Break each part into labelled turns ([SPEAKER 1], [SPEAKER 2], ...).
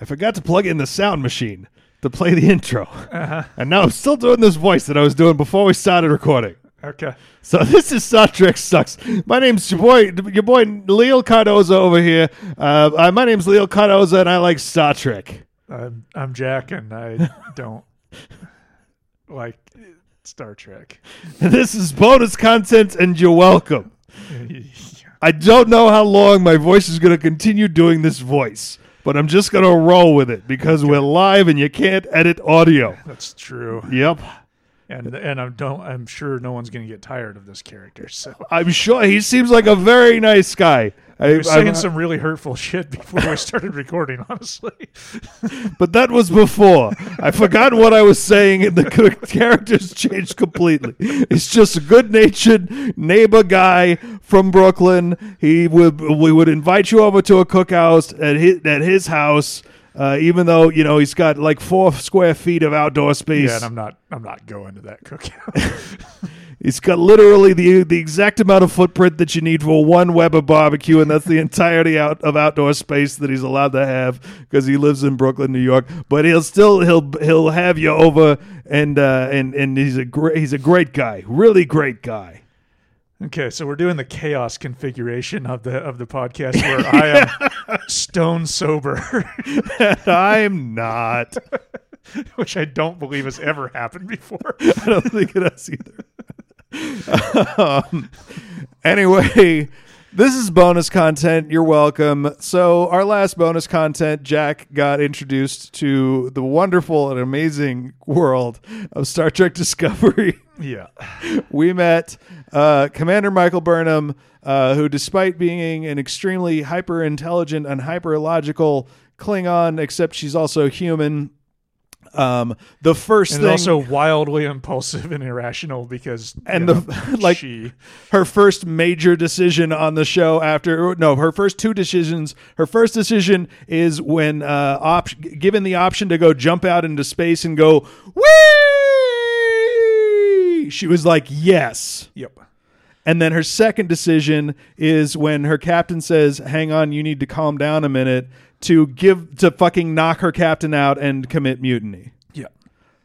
[SPEAKER 1] I forgot to plug in the sound machine to play the intro. And now I'm still doing this voice that I was doing before we started recording.
[SPEAKER 2] Okay.
[SPEAKER 1] So this is Star Trek Sucks. My name's your boy, your boy Leo Cardoza over here. Uh, uh, my name's Leo Cardoza, and I like Star Trek.
[SPEAKER 2] I'm, I'm Jack, and I don't like Star Trek.
[SPEAKER 1] This is bonus content, and you're welcome. I don't know how long my voice is going to continue doing this voice, but I'm just going to roll with it because we're live and you can't edit audio.
[SPEAKER 2] That's true.
[SPEAKER 1] Yep.
[SPEAKER 2] And and I don't. I'm sure no one's gonna get tired of this character. So
[SPEAKER 1] I'm sure he seems like a very nice guy. I,
[SPEAKER 2] I was saying
[SPEAKER 1] I'm-
[SPEAKER 2] some really hurtful shit before we started recording. Honestly,
[SPEAKER 1] but that was before. I forgot what I was saying, and the c- characters changed completely. It's just a good-natured neighbor guy from Brooklyn. He would we would invite you over to a cookhouse at his, at his house, uh, even though you know he's got like four square feet of outdoor space.
[SPEAKER 2] yeah. And I'm not. I'm not going to that cookout.
[SPEAKER 1] It's got literally the the exact amount of footprint that you need for one Weber barbecue, and that's the entirety out of outdoor space that he's allowed to have because he lives in Brooklyn, New York. But he'll still he'll he'll have you over, and uh, and and he's a great he's a great guy, really great guy.
[SPEAKER 2] okay, so we're doing the chaos configuration of the of the podcast where I am stone sober,
[SPEAKER 1] I'm not.
[SPEAKER 2] which I don't believe has ever happened before.
[SPEAKER 1] I don't think it has either. um, anyway, this is bonus content. You're welcome. So, our last bonus content, Jack got introduced to the wonderful and amazing world of Star Trek Discovery.
[SPEAKER 2] Yeah.
[SPEAKER 1] we met uh, Commander Michael Burnham, uh, who, despite being an extremely hyper intelligent and hyper logical Klingon, except she's also human. Um, the first
[SPEAKER 2] and
[SPEAKER 1] thing
[SPEAKER 2] also wildly impulsive and irrational because you
[SPEAKER 1] And
[SPEAKER 2] know,
[SPEAKER 1] the- like-
[SPEAKER 2] she
[SPEAKER 1] her first major decision on the show after no her first two decisions her first decision is when uh op- given the option to go jump out into space and go Whee! she was like yes
[SPEAKER 2] yep
[SPEAKER 1] and then her second decision is when her captain says hang on you need to calm down a minute to give to fucking knock her captain out and commit mutiny
[SPEAKER 2] yep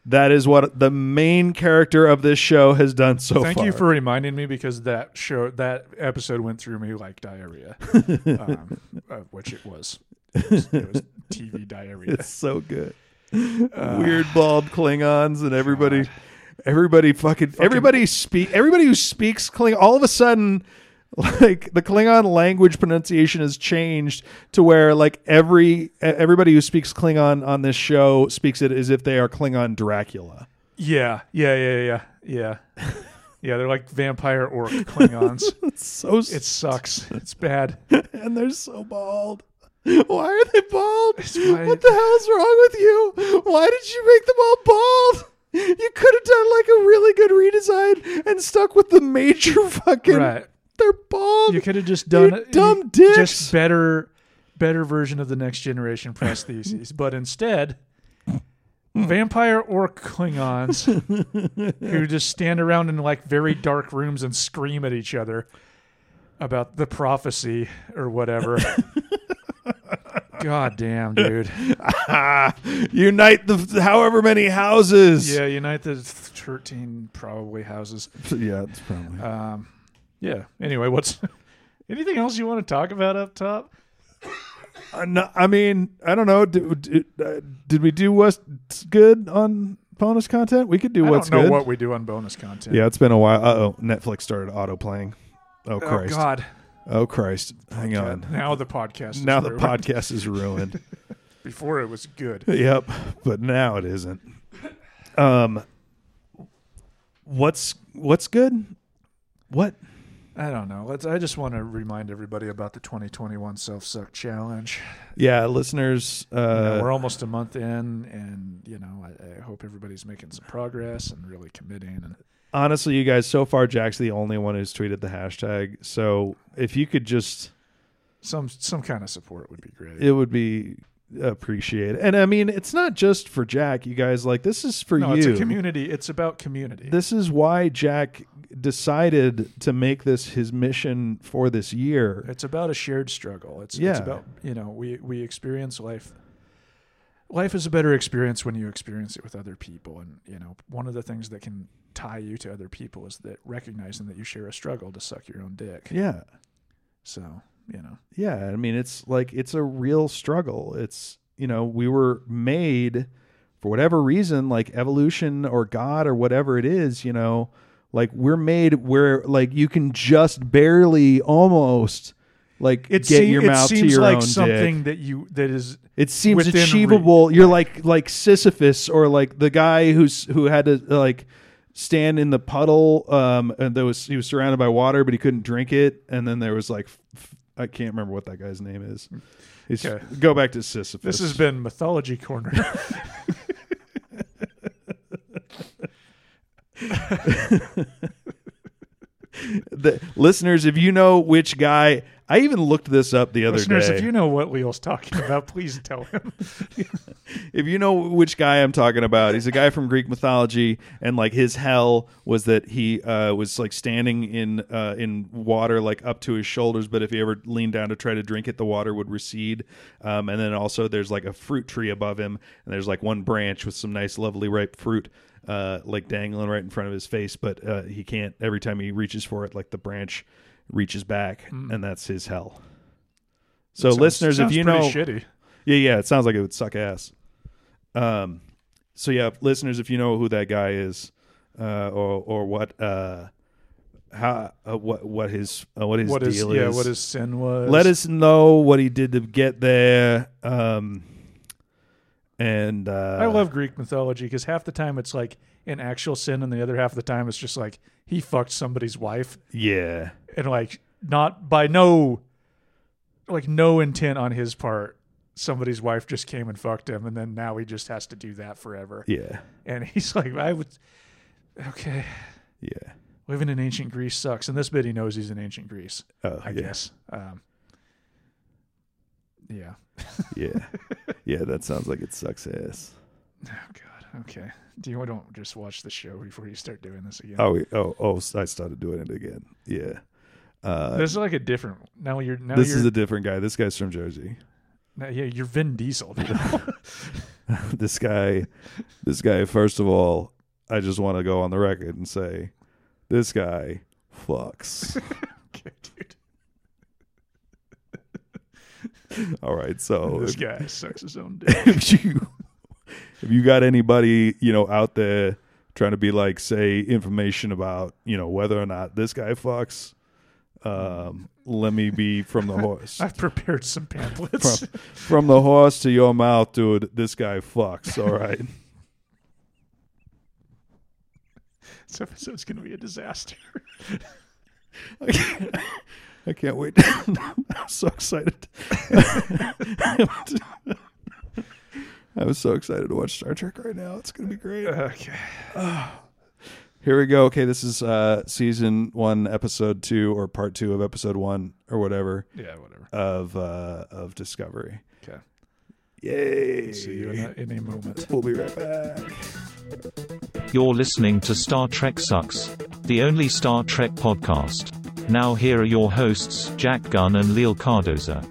[SPEAKER 1] that is what the main character of this show has done so
[SPEAKER 2] thank
[SPEAKER 1] far
[SPEAKER 2] you for reminding me because that show that episode went through me like diarrhea um, uh, which it was it was, it was tv diarrhea
[SPEAKER 1] It's so good. Weird bald Klingons and everybody, everybody fucking, everybody speak. Everybody who speaks Klingon, all of a sudden, like the Klingon language pronunciation has changed to where like every e- everybody who speaks Klingon on this show speaks it as if they are Klingon Dracula.
[SPEAKER 2] yeah yeah yeah yeah yeah yeah they're like vampire orc klingons
[SPEAKER 1] It's so s-
[SPEAKER 2] it sucks it's bad
[SPEAKER 1] and they're so bald. Why are they bald?
[SPEAKER 2] why-
[SPEAKER 1] What the hell's wrong with you? Why did you make them all bald? You could have done like a really good redesign and stuck with the major fucking.
[SPEAKER 2] right
[SPEAKER 1] They're bald.
[SPEAKER 2] you could have just done
[SPEAKER 1] You
[SPEAKER 2] it
[SPEAKER 1] dumb
[SPEAKER 2] you-
[SPEAKER 1] dicks.
[SPEAKER 2] just better better version of the next generation prostheses but instead vampire orc klingons who just stand around in like very dark rooms and scream at each other about the prophecy or whatever god damn dude
[SPEAKER 1] Ah, unite the however many houses.
[SPEAKER 2] yeah unite the 13 probably houses
[SPEAKER 1] yeah, it's probably.
[SPEAKER 2] um yeah anyway what's anything else you want to talk about up top
[SPEAKER 1] Uh, no, I mean, I don't know. Did, did, uh, did we do what's good on bonus content? We could do
[SPEAKER 2] i
[SPEAKER 1] what's
[SPEAKER 2] don't know
[SPEAKER 1] good.
[SPEAKER 2] what we do on bonus content
[SPEAKER 1] yeah, it's been a while. Uh oh, Netflix started auto playing. Oh
[SPEAKER 2] oh
[SPEAKER 1] Christ!
[SPEAKER 2] god
[SPEAKER 1] Oh Christ! Hang on.
[SPEAKER 2] Now the podcast. Is
[SPEAKER 1] now the
[SPEAKER 2] ruined.
[SPEAKER 1] podcast is ruined.
[SPEAKER 2] Before it was good.
[SPEAKER 1] yep, but now it isn't. Um, what's what's good? What?
[SPEAKER 2] I don't know. Let's. I just want to remind everybody about the 2021 Self Suck Challenge.
[SPEAKER 1] Yeah, listeners.
[SPEAKER 2] You know,
[SPEAKER 1] Uh,
[SPEAKER 2] we're almost a month in, and you know, I, I hope everybody's making some progress and really committing. And
[SPEAKER 1] honestly, you guys, so far, Jack's the only one who's tweeted the hashtag. So if you could just,
[SPEAKER 2] some some kind of support would be great.
[SPEAKER 1] it would be appreciated. And I mean, it's not just for Jack. You guys, like this is for
[SPEAKER 2] no,
[SPEAKER 1] you.
[SPEAKER 2] it's a community. It's about community.
[SPEAKER 1] this is why Jack decided to make this his mission for this year.
[SPEAKER 2] it's about a shared struggle. It's,
[SPEAKER 1] Yeah.
[SPEAKER 2] it's about you know we we experience life life is a better experience when you experience it with other people. And, you know, one of the things that can tie you to other people is that recognizing that you share a struggle to suck your own dick.
[SPEAKER 1] Yeah.
[SPEAKER 2] So, you know,
[SPEAKER 1] Yeah, I mean it's like it's a real struggle. It's you know, we were made for whatever reason, like evolution or God or whatever it is, you know, like we're made where like you can just barely almost like
[SPEAKER 2] it,
[SPEAKER 1] get
[SPEAKER 2] seem-
[SPEAKER 1] your
[SPEAKER 2] it
[SPEAKER 1] mouth
[SPEAKER 2] seems
[SPEAKER 1] to your
[SPEAKER 2] like
[SPEAKER 1] own
[SPEAKER 2] something
[SPEAKER 1] dick.
[SPEAKER 2] that you, that is,
[SPEAKER 1] It seems
[SPEAKER 2] within reach.
[SPEAKER 1] achievable. You're like like Sisyphus or like the guy who's who had to like stand in the puddle um and there was he was surrounded by water but he couldn't drink it and then there was like f- f- I can't remember what that guy's name is. He's,
[SPEAKER 2] Okay.
[SPEAKER 1] Go back to Sisyphus.
[SPEAKER 2] this has been Mythology Corner.
[SPEAKER 1] the listeners. If you know which guy, I even looked this up the other
[SPEAKER 2] Listeners,
[SPEAKER 1] day.
[SPEAKER 2] if you know what Leal's talking about, please tell him.
[SPEAKER 1] if you know which guy I'm talking about, he's a guy from Greek mythology, and like his hell was that he uh, was like standing in uh, in water like up to his shoulders, but if he ever leaned down to try to drink it, the water would recede. Um, and then also there's like a fruit tree above him, and there's like one branch with some nice, lovely ripe fruit. Uh, like dangling right in front of his face, but uh, he can't. Every time he reaches for it, like the branch reaches back, and that's his hell. So,
[SPEAKER 2] Hmm. Sounds-
[SPEAKER 1] listeners, if
[SPEAKER 2] sounds
[SPEAKER 1] you
[SPEAKER 2] pretty
[SPEAKER 1] know,
[SPEAKER 2] shitty.
[SPEAKER 1] yeah, yeah. It sounds like it would suck ass. Um, so yeah, listeners, if you know who that guy is, uh, or or what, uh, how, uh, what, what his, uh, what his
[SPEAKER 2] What is,
[SPEAKER 1] deal
[SPEAKER 2] yeah,
[SPEAKER 1] is,
[SPEAKER 2] what his sin was.
[SPEAKER 1] let us know what he did to get there. Um, and uh,
[SPEAKER 2] I love Greek mythology because half the time it's like an actual sin, and the other half of the time it's just like he fucked somebody's wife
[SPEAKER 1] yeah,
[SPEAKER 2] and like not by no, like no intent on his part. Somebody's wife just came and fucked him, and then now he just has to do that forever.
[SPEAKER 1] yeah,
[SPEAKER 2] And he's like, I would, okay,
[SPEAKER 1] yeah.
[SPEAKER 2] living in ancient Greece sucks. And this bit he knows he's in ancient Greece,
[SPEAKER 1] Oh,
[SPEAKER 2] I
[SPEAKER 1] yeah,
[SPEAKER 2] guess. Um, yeah.
[SPEAKER 1] yeah, yeah. That sounds like it sucks ass.
[SPEAKER 2] Oh God. Okay. Do you don't just watch the show before you start doing this again?
[SPEAKER 1] Oh, oh, oh! I started doing it again. Yeah. Uh,
[SPEAKER 2] This is like a different. Now you're now
[SPEAKER 1] this
[SPEAKER 2] you're
[SPEAKER 1] is a different guy. This guy's from Jersey.
[SPEAKER 2] now- yeah you're Vin Diesel. now.
[SPEAKER 1] this guy this guy first of all i just want to go on the record and say this guy fucks
[SPEAKER 2] okay, dude.
[SPEAKER 1] all right so
[SPEAKER 2] this
[SPEAKER 1] if,
[SPEAKER 2] guy sucks his own dick.
[SPEAKER 1] if you if you got anybody you know out there trying to be like say information about you know whether or not this guy fucks um let me be from the horse
[SPEAKER 2] I've prepared some pamphlets.
[SPEAKER 1] from, from the horse to your mouth dude this guy fucks all right
[SPEAKER 2] this episode's gonna be a disaster.
[SPEAKER 1] I can't wait. I'm so excited. I was so excited to watch Star Trek right now. It's going to be great.
[SPEAKER 2] okay.
[SPEAKER 1] Here we go. Okay, this is uh, season one, episode two, or part two of episode one, or whatever
[SPEAKER 2] Yeah. Whatever.
[SPEAKER 1] of uh, of Discovery.
[SPEAKER 2] Okay.
[SPEAKER 1] Yay!
[SPEAKER 2] See you in a, in a moment.
[SPEAKER 1] We'll be right back.
[SPEAKER 3] You're listening to Star Trek Sucks, the only Star Trek podcast. Now, here are your hosts, Jack Gunn and Leal Cardoza.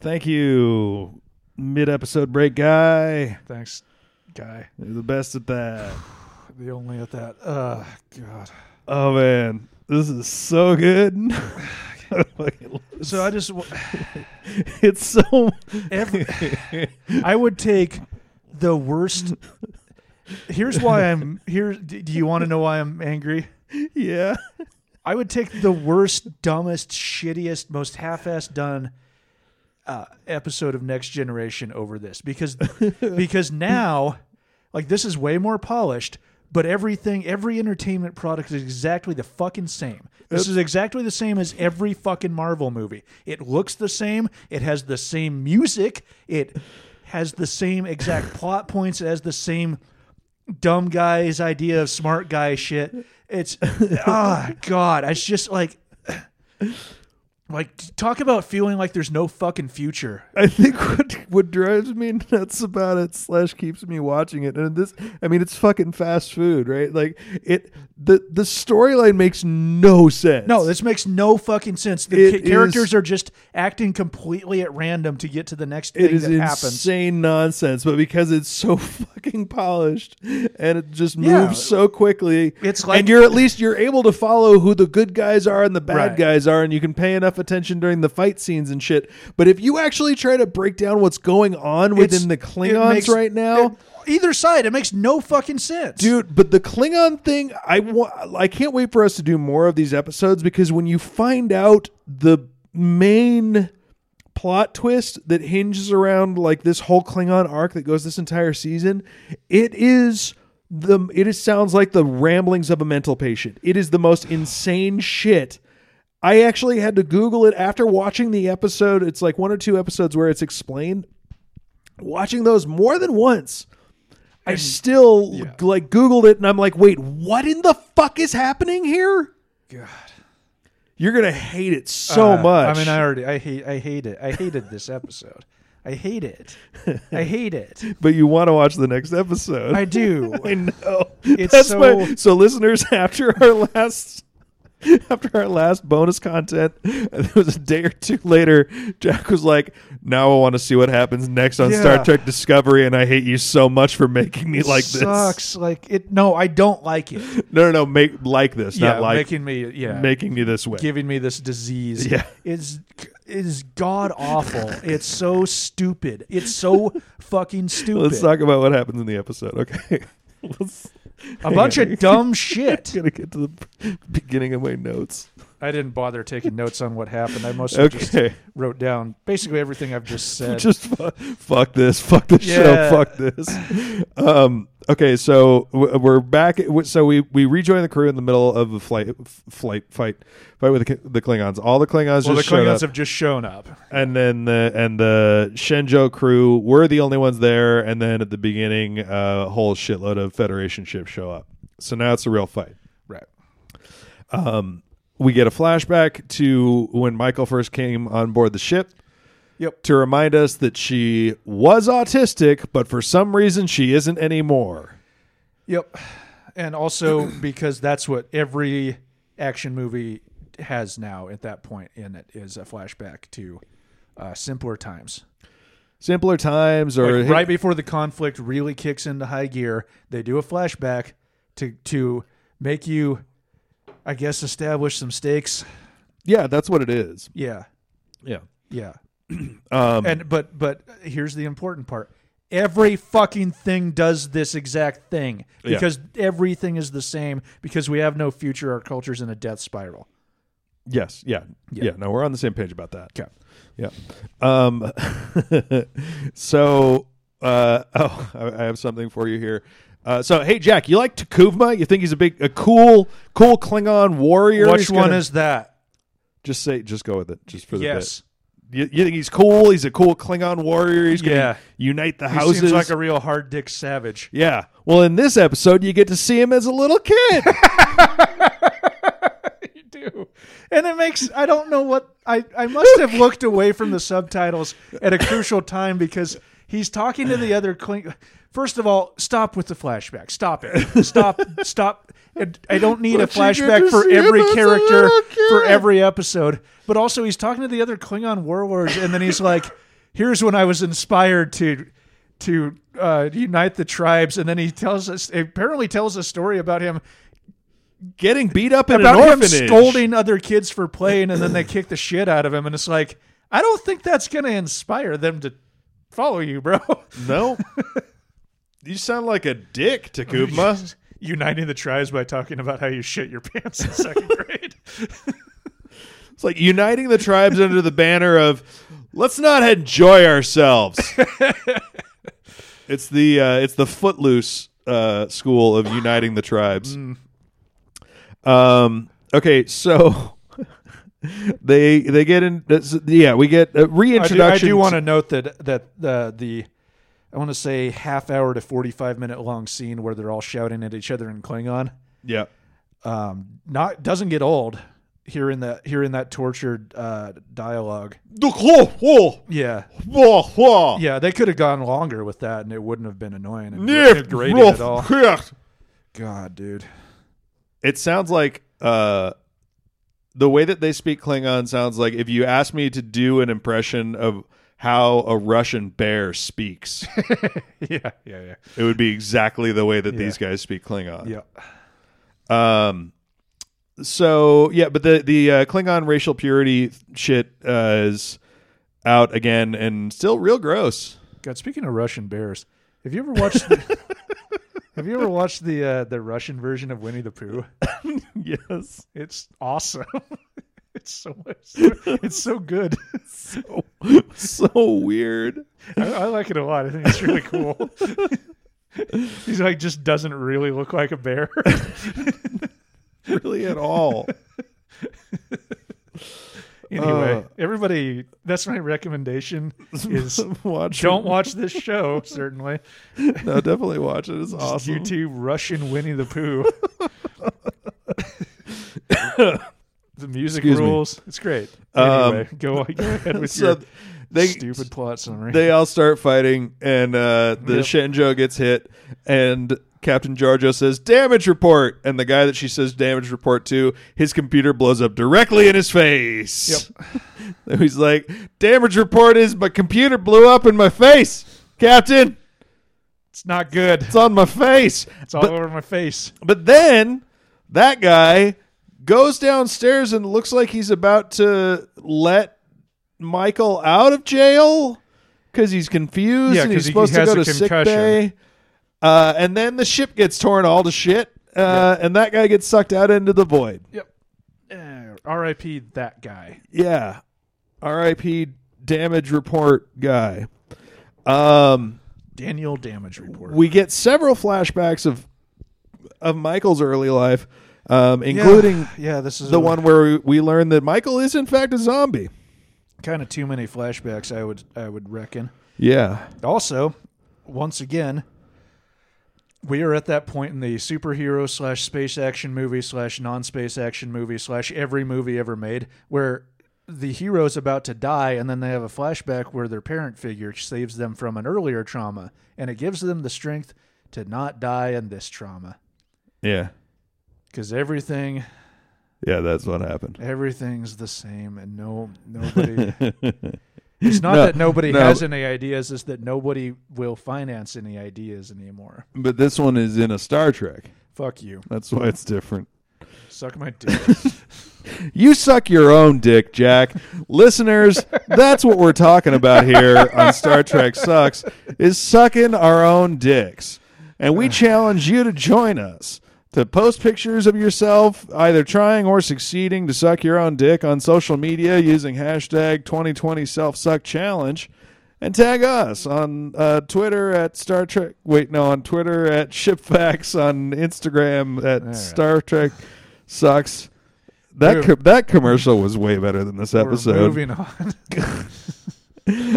[SPEAKER 1] Thank you, mid episode break guy.
[SPEAKER 2] Thanks, guy.
[SPEAKER 1] You're the best at that.
[SPEAKER 2] The only at that. Uh, God.
[SPEAKER 1] Oh man, this is so good. I fucking love it.
[SPEAKER 2] So I just w-
[SPEAKER 1] it's so
[SPEAKER 2] every I would take the worst. Here's why I'm here. d- Do you want to know why I'm angry?
[SPEAKER 1] yeah.
[SPEAKER 2] I would take the worst, dumbest, shittiest, most half-assed done uh, episode of Next Generation over this because because now, like this is way more polished. But everything, every entertainment product is exactly the fucking same. This is exactly the same as every fucking Marvel movie. It looks the same. It has the same music. It has the same exact plot points. It has the same dumb guy's idea of smart guy shit. It's ah god, it's just like Like, t- talk about feeling like there's no fucking future.
[SPEAKER 1] I think what what drives me nuts about it slash keeps me watching it, and this I mean it's fucking fast food, right? Like it the the storyline makes no sense.
[SPEAKER 2] No, this makes no fucking sense. The
[SPEAKER 1] It
[SPEAKER 2] ca- characters
[SPEAKER 1] is-
[SPEAKER 2] are just acting completely at random to get to the next
[SPEAKER 1] it
[SPEAKER 2] thing
[SPEAKER 1] is
[SPEAKER 2] that happens.
[SPEAKER 1] insane nonsense, but because it's so fucking polished and it just moves
[SPEAKER 2] Yeah.
[SPEAKER 1] so quickly,
[SPEAKER 2] It's like-
[SPEAKER 1] and you're at least you're able to follow who the good guys are and the bad
[SPEAKER 2] Right.
[SPEAKER 1] guys are, and you can pay enough attention during the fight scenes and shit. But if you actually try to break down what's going on
[SPEAKER 2] It's-
[SPEAKER 1] within the
[SPEAKER 2] it
[SPEAKER 1] Klingons
[SPEAKER 2] makes-
[SPEAKER 1] right now,
[SPEAKER 2] it- either side, it makes no fucking sense,
[SPEAKER 1] dude but the klingon thing i want i can't wait for us to do more of these episodes because when you find out the main plot twist that hinges around like this whole klingon arc that goes this entire season it is the it is sounds like the ramblings of a mental patient it is the most insane shit I actually had to Google it after watching the episode. It's like one or two episodes where it's explained. Watching those more than once, I still like Googled it and I'm like, wait, what in the fuck is happening here?
[SPEAKER 2] God.
[SPEAKER 1] You're gonna hate it so
[SPEAKER 2] Uh,
[SPEAKER 1] much.
[SPEAKER 2] I mean, I already, I hate, I hate it. I hated this episode. I hate it. I hate it.
[SPEAKER 1] but you want to watch the next episode.
[SPEAKER 2] I do.
[SPEAKER 1] I know.
[SPEAKER 2] It's
[SPEAKER 1] That's
[SPEAKER 2] so-
[SPEAKER 1] my, so listeners, after our last after our last bonus content, it was a day or two later, Jack was like, Now I want to see what happens next on
[SPEAKER 2] Yeah.
[SPEAKER 1] Star Trek Discovery, and I hate you so much for making me like this.
[SPEAKER 2] sucks. Like it. No, I don't like it.
[SPEAKER 1] No no no, make like this,
[SPEAKER 2] yeah,
[SPEAKER 1] not like
[SPEAKER 2] making me. Yeah,
[SPEAKER 1] making me this way.
[SPEAKER 2] giving me this disease.
[SPEAKER 1] Yeah.
[SPEAKER 2] is is god awful. it's so stupid. It's so fucking stupid.
[SPEAKER 1] Let's talk about what happens in the episode, okay? Let's
[SPEAKER 2] A bunch of dumb shit.
[SPEAKER 1] gonna get to the beginning of my notes.
[SPEAKER 2] I didn't bother taking notes on what happened. I mostly just
[SPEAKER 1] Okay.
[SPEAKER 2] wrote down basically everything I've just said.
[SPEAKER 1] Just fu- fuck this, fuck this
[SPEAKER 2] Yeah.
[SPEAKER 1] show, fuck this. Um, okay, so w- we're back. w- So we we rejoin the crew in the middle of a flight, f- flight fight, fight with the, K- the Klingons. All the Klingons
[SPEAKER 2] well, the
[SPEAKER 1] just showed
[SPEAKER 2] Klingons
[SPEAKER 1] up,
[SPEAKER 2] have just shown up.
[SPEAKER 1] and then the and the Shenzhou crew were the only ones there. And then at the beginning, a whole shitload of Federation ships show up. So now it's a real fight.
[SPEAKER 2] Right.
[SPEAKER 1] Um, we get a flashback to when Michael first came on board the ship.
[SPEAKER 2] Yep.
[SPEAKER 1] To remind us that she was autistic, but for some reason she isn't anymore.
[SPEAKER 2] Yep. And also because that's what every action movie has now at that point in it is a flashback to uh, simpler times.
[SPEAKER 1] Simpler times, or
[SPEAKER 2] Like, right before the conflict really kicks into high gear, they do a flashback to to make you I guess establish some stakes.
[SPEAKER 1] yeah, that's what it is.
[SPEAKER 2] Yeah.
[SPEAKER 1] Yeah,
[SPEAKER 2] Yeah.
[SPEAKER 1] um,
[SPEAKER 2] And but but here's the important part. Every fucking thing does this exact thing
[SPEAKER 1] Yeah.
[SPEAKER 2] because everything is the same because we have no future. Our culture's in a death spiral.
[SPEAKER 1] yes, yeah,
[SPEAKER 2] Yeah.
[SPEAKER 1] yeah, No, we're on the same page about that.
[SPEAKER 2] Okay.
[SPEAKER 1] Yeah. Um, so, uh, oh, I, I have something for you here. Uh, so, hey, Jack, you like Takuvma? You think he's a big, a cool, cool Klingon warrior?
[SPEAKER 2] Which
[SPEAKER 1] He's
[SPEAKER 2] one
[SPEAKER 1] gonna-
[SPEAKER 2] is that?
[SPEAKER 1] Just say, just go with it, just for the
[SPEAKER 2] Yes.
[SPEAKER 1] bit. You, you think he's cool? He's a cool Klingon warrior. He's gonna
[SPEAKER 2] Yeah.
[SPEAKER 1] unite the
[SPEAKER 2] He
[SPEAKER 1] houses.
[SPEAKER 2] seems like a real hard dick savage.
[SPEAKER 1] yeah. Well, in this episode, you get to see him as a little kid.
[SPEAKER 2] You do. And it makes I don't know what I, I must have looked away from the subtitles at a crucial time because he's talking to the other Kling First of all, stop with the flashback. Stop it. Stop stop And I don't need a
[SPEAKER 1] But you get
[SPEAKER 2] flashback
[SPEAKER 1] to
[SPEAKER 2] for
[SPEAKER 1] see him
[SPEAKER 2] every
[SPEAKER 1] as a
[SPEAKER 2] character
[SPEAKER 1] little kid.
[SPEAKER 2] for every episode. But also he's talking to the other Klingon warlords and then he's like, here's when I was inspired to to uh, unite the tribes, and then he tells us apparently tells a story about him
[SPEAKER 1] Getting beat up in
[SPEAKER 2] about
[SPEAKER 1] an
[SPEAKER 2] him
[SPEAKER 1] orphanage.
[SPEAKER 2] scolding other kids for playing and then they kick the shit out of him and it's like i don't think that's gonna inspire them to follow you bro
[SPEAKER 1] No. you sound like a dick, Takuvma.
[SPEAKER 2] Oh, uniting the tribes by talking about how you shit your pants in second grade
[SPEAKER 1] It's like uniting the tribes under the banner of let's not enjoy ourselves. it's the uh, it's the footloose uh, school of uniting the tribes.
[SPEAKER 2] Mm.
[SPEAKER 1] Um, okay, so they they get in. that's- Yeah, we get a
[SPEAKER 2] i do, I
[SPEAKER 1] reintroduction.
[SPEAKER 2] do want to note that that uh, the i want to say half hour to 45 minute long scene where they're all shouting at each other in klingon
[SPEAKER 1] Yeah,
[SPEAKER 2] um, not doesn't get old hearing that hearing that tortured uh, dialogue. Yeah, yeah, they could have gone longer with that, and it wouldn't have been annoying and, gra- and grating at all. God, dude.
[SPEAKER 1] It sounds like uh, the way that they speak Klingon sounds like if you asked me to do an impression of how a Russian bear speaks,
[SPEAKER 2] Yeah, yeah, yeah,
[SPEAKER 1] it would be exactly the way that these guys speak Klingon.
[SPEAKER 2] yeah.
[SPEAKER 1] Um, so yeah, but the the uh, Klingon racial purity shit uh, is out again and still real gross.
[SPEAKER 2] God, speaking of Russian bears, have you ever watched? The, have you ever watched the uh, the Russian version of Winnie the Pooh?
[SPEAKER 1] Yes,
[SPEAKER 2] It's awesome. it's so it's so good.
[SPEAKER 1] so, so weird.
[SPEAKER 2] I, I like it a lot. I think it's really cool. He's like just doesn't really look like a bear.
[SPEAKER 1] really at all.
[SPEAKER 2] anyway,
[SPEAKER 1] Uh.
[SPEAKER 2] everybody, that's my recommendation. Is
[SPEAKER 1] watch
[SPEAKER 2] don't watch this show. Certainly,
[SPEAKER 1] no, definitely watch it. It's
[SPEAKER 2] Just
[SPEAKER 1] awesome.
[SPEAKER 2] YouTube Russian Winnie the Pooh. the music
[SPEAKER 1] Excuse me.
[SPEAKER 2] rules. It's great.
[SPEAKER 1] Um,
[SPEAKER 2] Anyway, go, go ahead with
[SPEAKER 1] So
[SPEAKER 2] your
[SPEAKER 1] they
[SPEAKER 2] stupid plot summary.
[SPEAKER 1] they all start fighting, and uh, the
[SPEAKER 2] Yep.
[SPEAKER 1] Shenjo gets hit, and Captain Jarjo says damage report, and the guy that she says damage report to, his computer blows up directly in his face. Yep. He's like, damage report is my computer blew up in my face, Captain.
[SPEAKER 2] it's not good.
[SPEAKER 1] It's on my face.
[SPEAKER 2] It's all over my face.
[SPEAKER 1] But then that guy goes downstairs and looks like he's about to let Michael out of jail because he's confused
[SPEAKER 2] Yeah,
[SPEAKER 1] and he's
[SPEAKER 2] 'cause
[SPEAKER 1] supposed
[SPEAKER 2] he- he
[SPEAKER 1] to
[SPEAKER 2] has
[SPEAKER 1] go
[SPEAKER 2] a
[SPEAKER 1] to sick
[SPEAKER 2] concussion.
[SPEAKER 1] bay. Uh, and then the ship gets torn all to shit, uh, and that guy gets sucked out into the void.
[SPEAKER 2] Yep. Uh, R.I.P. That guy.
[SPEAKER 1] Yeah. R.I.P. Damage report guy. Um,
[SPEAKER 2] Daniel Damage Report.
[SPEAKER 1] we get several flashbacks of of Michael's early life, um, including
[SPEAKER 2] yeah, this is
[SPEAKER 1] the one where we- we learn that Michael is in fact a zombie.
[SPEAKER 2] kind of too many flashbacks. I would I would reckon.
[SPEAKER 1] Yeah.
[SPEAKER 2] Also, once again, we are at that point in the superhero slash space action movie slash non space action movie slash every movie ever made where the hero's about to die and then they have a flashback where their parent figure saves them from an earlier trauma and it gives them the strength to not die in this trauma
[SPEAKER 1] Yeah.
[SPEAKER 2] because everything
[SPEAKER 1] Yeah, that's what happened.
[SPEAKER 2] everything's the same and no nobody it's not
[SPEAKER 1] No,
[SPEAKER 2] that nobody
[SPEAKER 1] no.
[SPEAKER 2] has any ideas it's that nobody will finance any ideas anymore
[SPEAKER 1] But this one is in a Star Trek.
[SPEAKER 2] fuck you
[SPEAKER 1] That's why it's different.
[SPEAKER 2] suck my dick
[SPEAKER 1] You suck your own dick, Jack. Listeners, that's what we're talking about here on Star Trek Sucks is sucking our own dicks. And we challenge you to join us. To post pictures of yourself either trying or succeeding to suck your own dick on social media using hashtag 2020 self suck challenge and tag us on uh, Twitter at Star Trek. Wait, no, on Twitter at ShipFacts, on Instagram at
[SPEAKER 2] right.
[SPEAKER 1] Star Trek Sucks. That
[SPEAKER 2] Dude.
[SPEAKER 1] co- that commercial was way better than this
[SPEAKER 2] We're
[SPEAKER 1] episode.
[SPEAKER 2] moving on.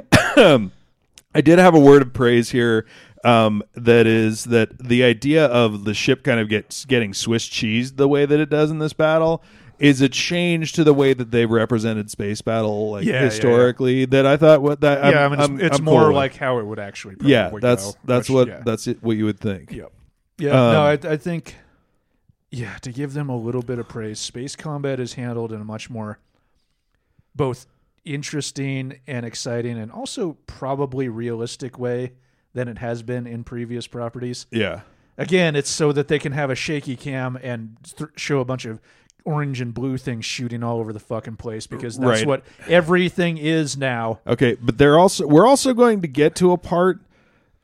[SPEAKER 1] I did have a word of praise here. Um, that is that the idea of the ship kind of gets getting Swiss cheese the way that it does in this battle is a change to the way that they've represented space battle like
[SPEAKER 2] Yeah, yeah, yeah.
[SPEAKER 1] historically that I thought what that
[SPEAKER 2] yeah, I
[SPEAKER 1] I'm,
[SPEAKER 2] mean, it's,
[SPEAKER 1] I'm-
[SPEAKER 2] it's
[SPEAKER 1] I'm cool
[SPEAKER 2] more
[SPEAKER 1] with.
[SPEAKER 2] like how it would actually. Probably
[SPEAKER 1] yeah
[SPEAKER 2] go,
[SPEAKER 1] that's that's
[SPEAKER 2] which-
[SPEAKER 1] what
[SPEAKER 2] Yeah,
[SPEAKER 1] that's it, what you would think
[SPEAKER 2] Yep. yeah
[SPEAKER 1] Um,
[SPEAKER 2] no, I, I think. Yeah, to give them a little bit of praise, space combat is handled in a much more, both interesting and exciting, and also probably realistic way than it has been in previous properties.
[SPEAKER 1] yeah
[SPEAKER 2] Again, it's so that they can have a shaky cam and th- show a bunch of orange and blue things shooting all over the fucking place because that's
[SPEAKER 1] Right.
[SPEAKER 2] what everything is now.
[SPEAKER 1] Okay, but they're also we're also going to get to a part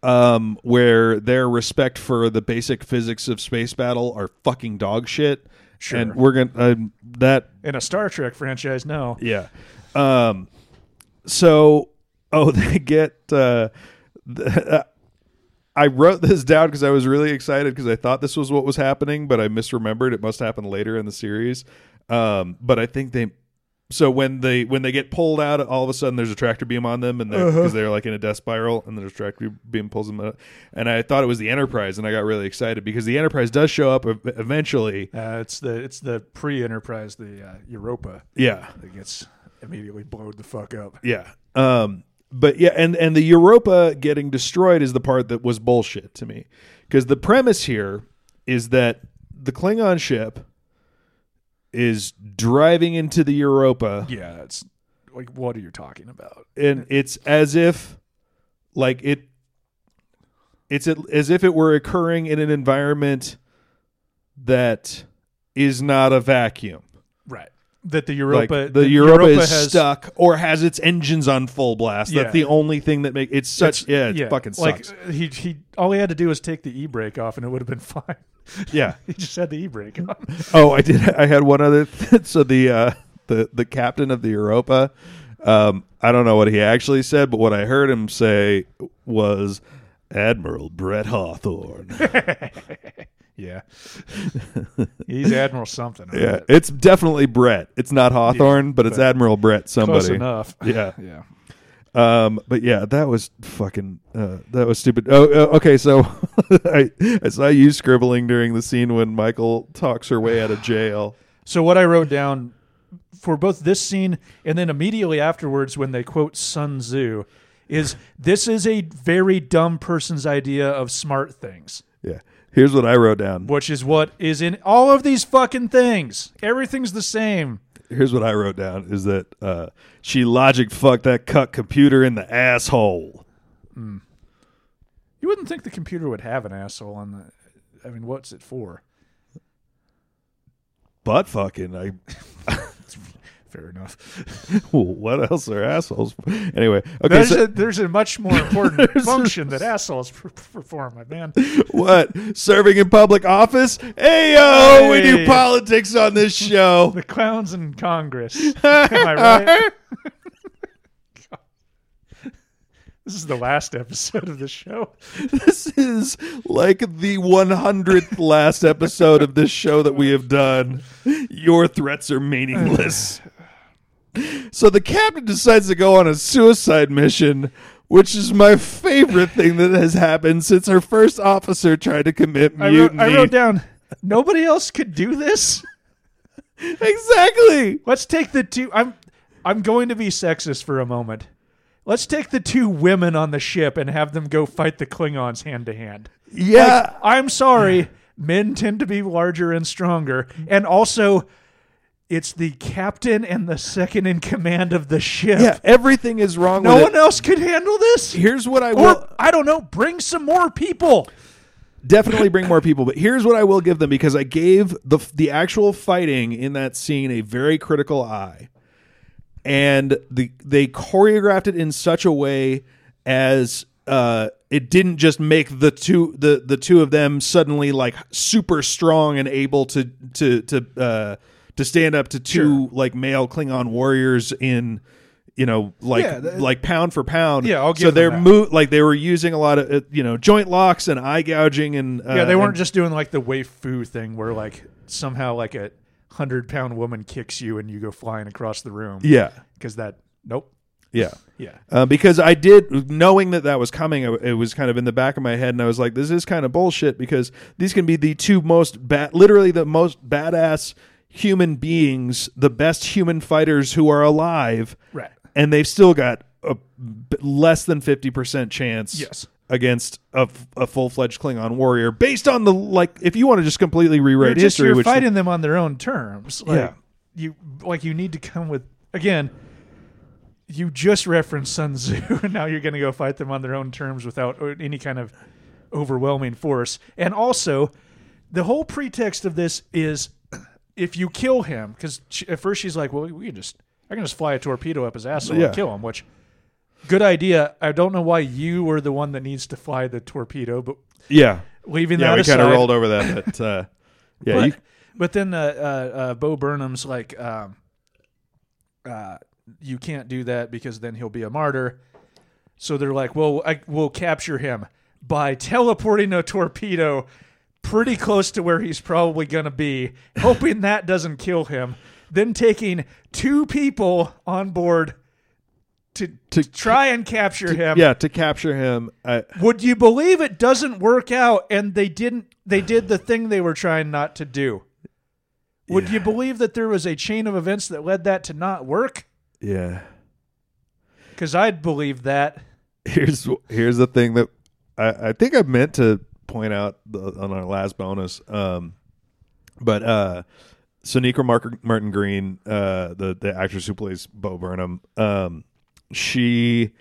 [SPEAKER 1] um, where their respect for the basic physics of space battle are fucking dog shit.
[SPEAKER 2] Sure.
[SPEAKER 1] And we're gonna um, that
[SPEAKER 2] in a Star Trek franchise now.
[SPEAKER 1] yeah. Um, so oh, they get. Uh, the, I wrote this down because I was really excited because I thought this was what was happening, but I misremembered. It must happen later in the series. Um, but I think they So when they when they get pulled out, all of a sudden there's a tractor beam on them, and because they're, like in a death spiral, and then there's a tractor beam pulls them out. And I thought it was the Enterprise, and I got really excited because the Enterprise does show up ev- eventually.
[SPEAKER 2] Uh, it's the it's the pre-Enterprise, the uh, Europa
[SPEAKER 1] Yeah,
[SPEAKER 2] that gets immediately blowed the fuck up.
[SPEAKER 1] yeah. Um, but yeah, and and the Europa getting destroyed is the part that was bullshit to me because the premise here is that the Klingon ship is driving into the Europa.
[SPEAKER 2] Yeah, it's like what are you talking about?
[SPEAKER 1] and it's as if like it it's a- as if it were occurring in an environment that is not a vacuum
[SPEAKER 2] Right. That the
[SPEAKER 1] like
[SPEAKER 2] Europa
[SPEAKER 1] the
[SPEAKER 2] that
[SPEAKER 1] europa, is
[SPEAKER 2] has,
[SPEAKER 1] stuck or has its engines on full blast
[SPEAKER 2] Yeah.
[SPEAKER 1] that's the only thing that make it's such yeah it fucking
[SPEAKER 2] like,
[SPEAKER 1] sucks
[SPEAKER 2] uh, He he all he had to do was take the e brake off and it would have been fine.
[SPEAKER 1] yeah
[SPEAKER 2] he just had the e brake on.
[SPEAKER 1] Oh, I did. I had one other. Th- so the uh, the the captain of the Europa, um, I don't know what he actually said, but what I heard him say was Admiral Brett Hawthorne.
[SPEAKER 2] yeah. He's Admiral something. right?
[SPEAKER 1] yeah, it's definitely Brett. It's not Hawthorne, but it's Admiral Brett. Somebody.
[SPEAKER 2] Close enough.
[SPEAKER 1] Yeah.
[SPEAKER 2] Yeah.
[SPEAKER 1] Um, but yeah, that was fucking uh, that was stupid. Oh, uh, okay. So I, I saw you scribbling during the scene when Michael talks her way out of jail.
[SPEAKER 2] So what I wrote down for both this scene and then immediately afterwards when they quote Sun Tzu is this is a very dumb person's idea of smart things,
[SPEAKER 1] Yeah. Here's what I wrote down.
[SPEAKER 2] which is what is in all of these fucking things. Everything's the same.
[SPEAKER 1] here's what I wrote down is that uh, she logic fucked that cut computer in the asshole.
[SPEAKER 2] You wouldn't think the computer would have an asshole on the I mean, what's it for?
[SPEAKER 1] Butt fucking. I,
[SPEAKER 2] Fair enough.
[SPEAKER 1] what else are assholes? for? Anyway, okay.
[SPEAKER 2] There's,
[SPEAKER 1] So,
[SPEAKER 2] a, there's a much more important function that assholes per- perform, my man.
[SPEAKER 1] what serving in public office? Ayo, we
[SPEAKER 2] Hey.
[SPEAKER 1] do politics on this show.
[SPEAKER 2] The clowns in Congress. Am I right? this is the last episode of the show.
[SPEAKER 1] this is like the 100th last episode of this show that we have done. Your threats are meaningless. So the captain decides to go on a suicide mission, which is my favorite thing that has happened since her first officer tried to commit
[SPEAKER 2] I wrote,
[SPEAKER 1] mutiny.
[SPEAKER 2] I wrote down, nobody else could do this.
[SPEAKER 1] exactly.
[SPEAKER 2] Let's take the two. I'm, I'm going to be sexist for a moment. Let's take the two women on the ship and have them go fight the Klingons hand to hand.
[SPEAKER 1] Yeah.
[SPEAKER 2] Like, I'm sorry. Men tend to be larger and stronger. And also, it's the captain and the second in command of the ship.
[SPEAKER 1] yeah, everything is wrong
[SPEAKER 2] No
[SPEAKER 1] with
[SPEAKER 2] one
[SPEAKER 1] it.
[SPEAKER 2] else could handle this.
[SPEAKER 1] Here's what I
[SPEAKER 2] or,
[SPEAKER 1] will
[SPEAKER 2] I don't know, bring some more people.
[SPEAKER 1] definitely bring more people but here's what i will give them because i gave the the actual fighting in that scene a very critical eye and the they choreographed it in such a way as uh it didn't just make the two the the two of them suddenly like super strong and able to to to uh to stand up to two like male klingon warriors in you know like
[SPEAKER 2] Yeah, that-
[SPEAKER 1] like pound for pound
[SPEAKER 2] Yeah, I'll give
[SPEAKER 1] so
[SPEAKER 2] them
[SPEAKER 1] they're
[SPEAKER 2] that.
[SPEAKER 1] move like they were using a lot of uh, you know joint locks and eye gouging and uh,
[SPEAKER 2] Yeah, they
[SPEAKER 1] and-
[SPEAKER 2] weren't just doing like the waifu thing where like somehow like a hundred pound woman kicks you and you go flying across the room.
[SPEAKER 1] yeah
[SPEAKER 2] Because that, nope.
[SPEAKER 1] yeah
[SPEAKER 2] Yeah.
[SPEAKER 1] uh, because I did knowing that that was coming I- it was kind of in the back of my head and I was like this is kind of bullshit because these can be the two most bad literally the most badass human beings the best human fighters who are alive
[SPEAKER 2] Right.
[SPEAKER 1] and they've still got a b- less than 50% chance
[SPEAKER 2] Yes.
[SPEAKER 1] against a, f- a full-fledged Klingon warrior based on the like if you want to just completely rewrite
[SPEAKER 2] you're just
[SPEAKER 1] history
[SPEAKER 2] you're
[SPEAKER 1] which
[SPEAKER 2] fighting them on their own terms. Like,
[SPEAKER 1] Yeah.
[SPEAKER 2] you like you need to come with again. You just referenced Sun Tzu, and now you're going to go fight them on their own terms without o- any kind of overwhelming force. And also, the whole pretext of this is if you kill him, because at first she's like, "Well, we can just I can just fly a torpedo up his asshole
[SPEAKER 1] Yeah.
[SPEAKER 2] and kill him," which good idea. I don't know why you were the one that needs to fly the torpedo, but
[SPEAKER 1] yeah
[SPEAKER 2] leaving
[SPEAKER 1] yeah
[SPEAKER 2] that
[SPEAKER 1] we
[SPEAKER 2] aside,
[SPEAKER 1] kind of rolled over that but uh yeah
[SPEAKER 2] but,
[SPEAKER 1] you,
[SPEAKER 2] but then uh, uh, uh, Bo Burnham's like, um, uh, you can't do that because then he'll be a martyr. So they're like, well, I, we'll capture him by teleporting a torpedo pretty close to where he's probably going to be, hoping that doesn't kill him. then taking two people on board to,
[SPEAKER 1] To-
[SPEAKER 2] to try and capture him.
[SPEAKER 1] yeah, to capture him. I,
[SPEAKER 2] Would you believe it doesn't work out and they didn't they did the thing they were trying not to do? Would you believe that there was a chain of events that led that to not work?
[SPEAKER 1] yeah.
[SPEAKER 2] Cuz I'd believe that.
[SPEAKER 1] here's here's the thing that I, I think I meant to point out the, on our last bonus. Um, but uh, Sonequa Mark- Martin Green, uh, the the actress who plays Bo Burnham, um, she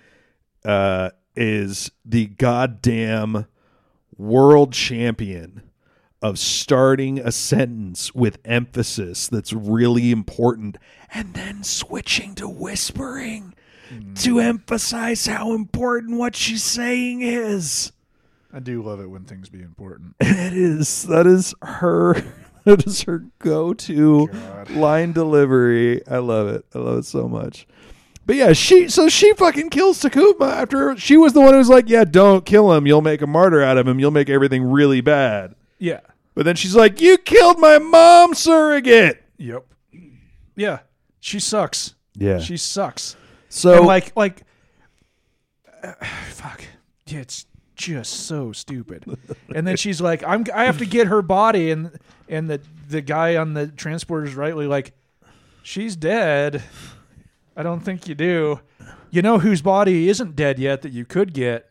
[SPEAKER 1] uh, is the goddamn world champion of starting a sentence with emphasis that's really important and then switching to whispering to emphasize how important what she's saying is.
[SPEAKER 2] I do love it when things be important.
[SPEAKER 1] It is that is her that is her go-to line delivery. I love it. I love it so much. But yeah, she so she fucking kills Takuma after she was the one who was like, "Yeah, don't kill him. You'll make a martyr out of him. You'll make everything really bad."
[SPEAKER 2] Yeah.
[SPEAKER 1] But then she's like, "You killed my mom surrogate."
[SPEAKER 2] Yep. Yeah. She sucks.
[SPEAKER 1] Yeah.
[SPEAKER 2] She sucks.
[SPEAKER 1] so
[SPEAKER 2] And like like uh, fuck. Yeah, It's just so stupid. And then she's like, I'm I have to get her body and and the the guy on the transporter is rightly like, She's dead. I don't think you do. You know whose body isn't dead yet that you could get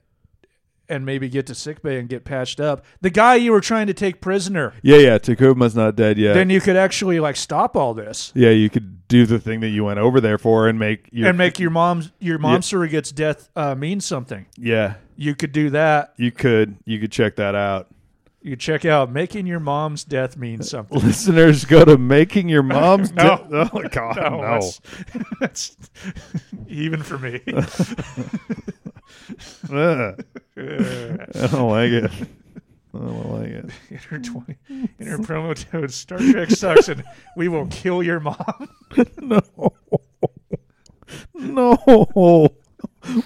[SPEAKER 2] and maybe get to sickbay and get patched up? The guy you were trying to take prisoner.
[SPEAKER 1] yeah, yeah, Takuma's not dead yet.
[SPEAKER 2] Then you could actually like stop all this.
[SPEAKER 1] yeah, you could do the thing that you went over there for and make your
[SPEAKER 2] and make your mom's your mom
[SPEAKER 1] Yeah.
[SPEAKER 2] surrogate's death uh, mean something.
[SPEAKER 1] yeah.
[SPEAKER 2] You could do that.
[SPEAKER 1] You could you could check that out.
[SPEAKER 2] You check out making your mom's death mean something.
[SPEAKER 1] Listeners go to making your mom's
[SPEAKER 2] No.
[SPEAKER 1] di- Oh god, no.
[SPEAKER 2] that's, that's even for me.
[SPEAKER 1] Ugh.
[SPEAKER 2] Uh,
[SPEAKER 1] I don't like it. I don't like it.
[SPEAKER 2] Enter twenty. Enter promo code Star Trek sucks, and we will kill your mom.
[SPEAKER 1] No. No.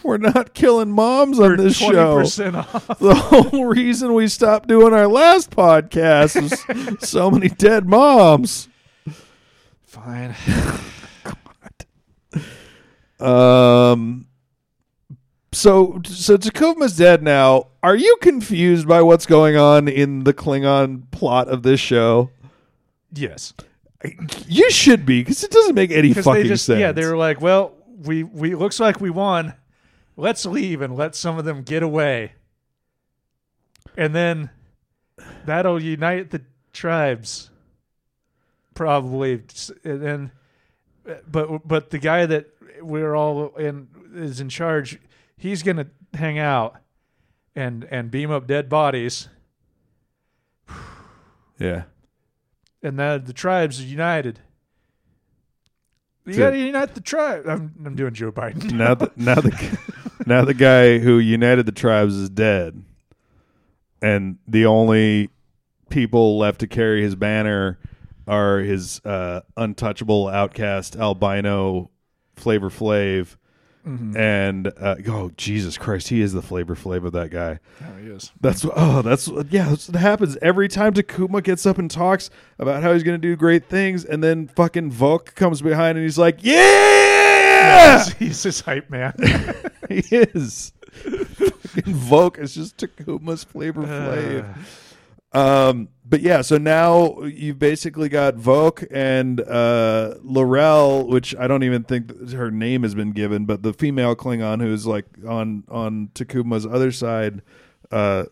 [SPEAKER 1] We're not killing moms on this
[SPEAKER 2] Twenty
[SPEAKER 1] show.
[SPEAKER 2] percent off.
[SPEAKER 1] The whole reason we stopped doing our last podcast was so many dead moms.
[SPEAKER 2] Fine.
[SPEAKER 1] Um so so Takuma's dead now. Are you confused by what's going on in the Klingon plot of this show?
[SPEAKER 2] Yes,
[SPEAKER 1] You should be because it doesn't make any
[SPEAKER 2] because they
[SPEAKER 1] fucking
[SPEAKER 2] just
[SPEAKER 1] sense.
[SPEAKER 2] yeah they were like, well, we we looks like we won. Let's leave and let some of them get away, and then that'll unite the tribes. Probably, and then, but but the guy that we're all in is in charge. He's gonna hang out and and beam up dead bodies,
[SPEAKER 1] yeah.
[SPEAKER 2] and now the tribes are united. You
[SPEAKER 1] That's it.
[SPEAKER 2] gotta unite the tribe. I'm, I'm doing Joe Biden.
[SPEAKER 1] Now the now the now the guy who united the tribes is dead, and the only people left to carry his banner are his uh, untouchable outcast albino Flavor Flav,
[SPEAKER 2] Mm-hmm.
[SPEAKER 1] and uh, oh Jesus Christ, he is the Flavor Flav of that guy.
[SPEAKER 2] Oh, he is.
[SPEAKER 1] That's what, oh, that's what- yeah, that's what happens every time Takuma gets up and talks about how he's gonna do great things, and then fucking Volk comes behind and he's like, yeah,
[SPEAKER 2] He's his hype man.
[SPEAKER 1] he is. fucking Volk is just Takuma's flavor flav. Um, but yeah, so now you've basically got Volk and uh, Laurel, which I don't even think th- her name has been given, but the female Klingon who's like on on Takuma's other side, uh,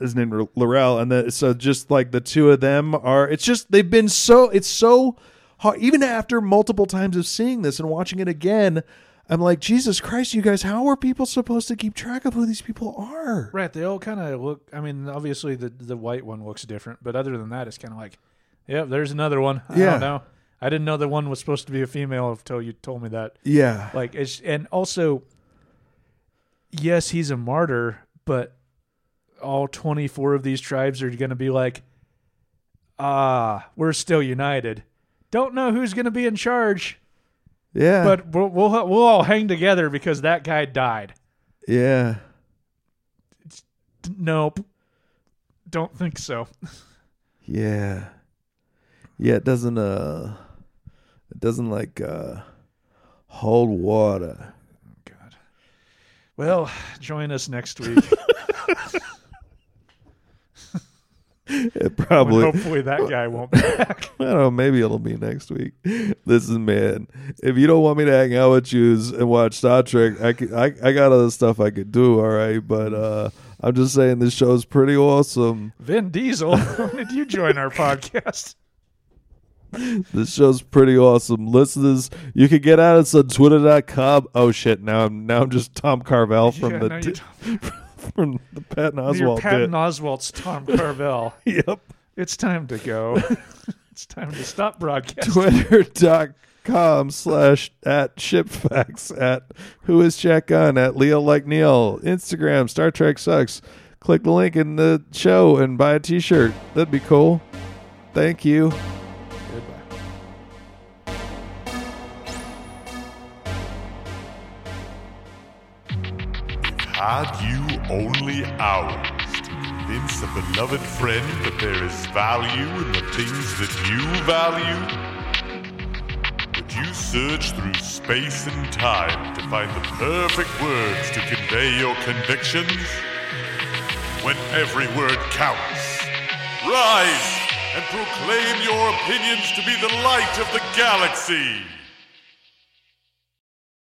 [SPEAKER 1] is named L- Laurel, and then so just like the two of them are. It's just they've been so. It's so hard. Even after multiple times of seeing this and watching it again, I'm like, Jesus Christ, you guys! How are people supposed to keep track of who these people are?
[SPEAKER 2] right. They all kind of look. I mean, obviously the the white one looks different, but other than that, it's kind of like, yep, there's another one. I
[SPEAKER 1] Yeah.
[SPEAKER 2] don't know. I didn't know the one was supposed to be a female until you told me that.
[SPEAKER 1] Yeah,
[SPEAKER 2] Like, it's and also, yes, he's a martyr, but all 24 of these tribes are going to be like, ah, we're still united. Don't know who's going to be in charge,
[SPEAKER 1] yeah,
[SPEAKER 2] but we'll, we'll we'll all hang together because that guy died.
[SPEAKER 1] yeah.
[SPEAKER 2] Nope. Don't think so.
[SPEAKER 1] Yeah. Yeah, it doesn't uh it doesn't like uh, hold water.
[SPEAKER 2] God. Well, join us next week.
[SPEAKER 1] It
[SPEAKER 2] when
[SPEAKER 1] probably.
[SPEAKER 2] hopefully that guy won't be back.
[SPEAKER 1] I don't know. Maybe it'll be next week. This is man. If you don't want me to hang out with you and watch Star Trek, I, could, I I got other stuff I could do. All right, but uh, I'm just saying this show's pretty awesome.
[SPEAKER 2] Vin Diesel, when did you join our podcast?
[SPEAKER 1] This show's pretty awesome, listeners. You can get at us on Twitter.com. Oh shit! Now I'm now I'm just Tom Carvel from
[SPEAKER 2] Yeah,
[SPEAKER 1] the
[SPEAKER 2] now you're
[SPEAKER 1] di- from the Patton
[SPEAKER 2] You're
[SPEAKER 1] Oswalt.
[SPEAKER 2] Patton
[SPEAKER 1] bit.
[SPEAKER 2] Oswalt's Tom Carvel.
[SPEAKER 1] Yep.
[SPEAKER 2] It's time to go. it's time to stop broadcasting.
[SPEAKER 1] twitter.com slash at shipfacts at who is Jack Gunn at Leo like Neil Instagram Star Trek sucks. Click the link in the show and buy a T-shirt. That'd be cool. Thank you.
[SPEAKER 4] Had you only hours to convince a beloved friend that there is value in the things that you value? Would you search through space and time to find the perfect words to convey your convictions? When every word counts, rise and proclaim your opinions to be the light of the galaxy!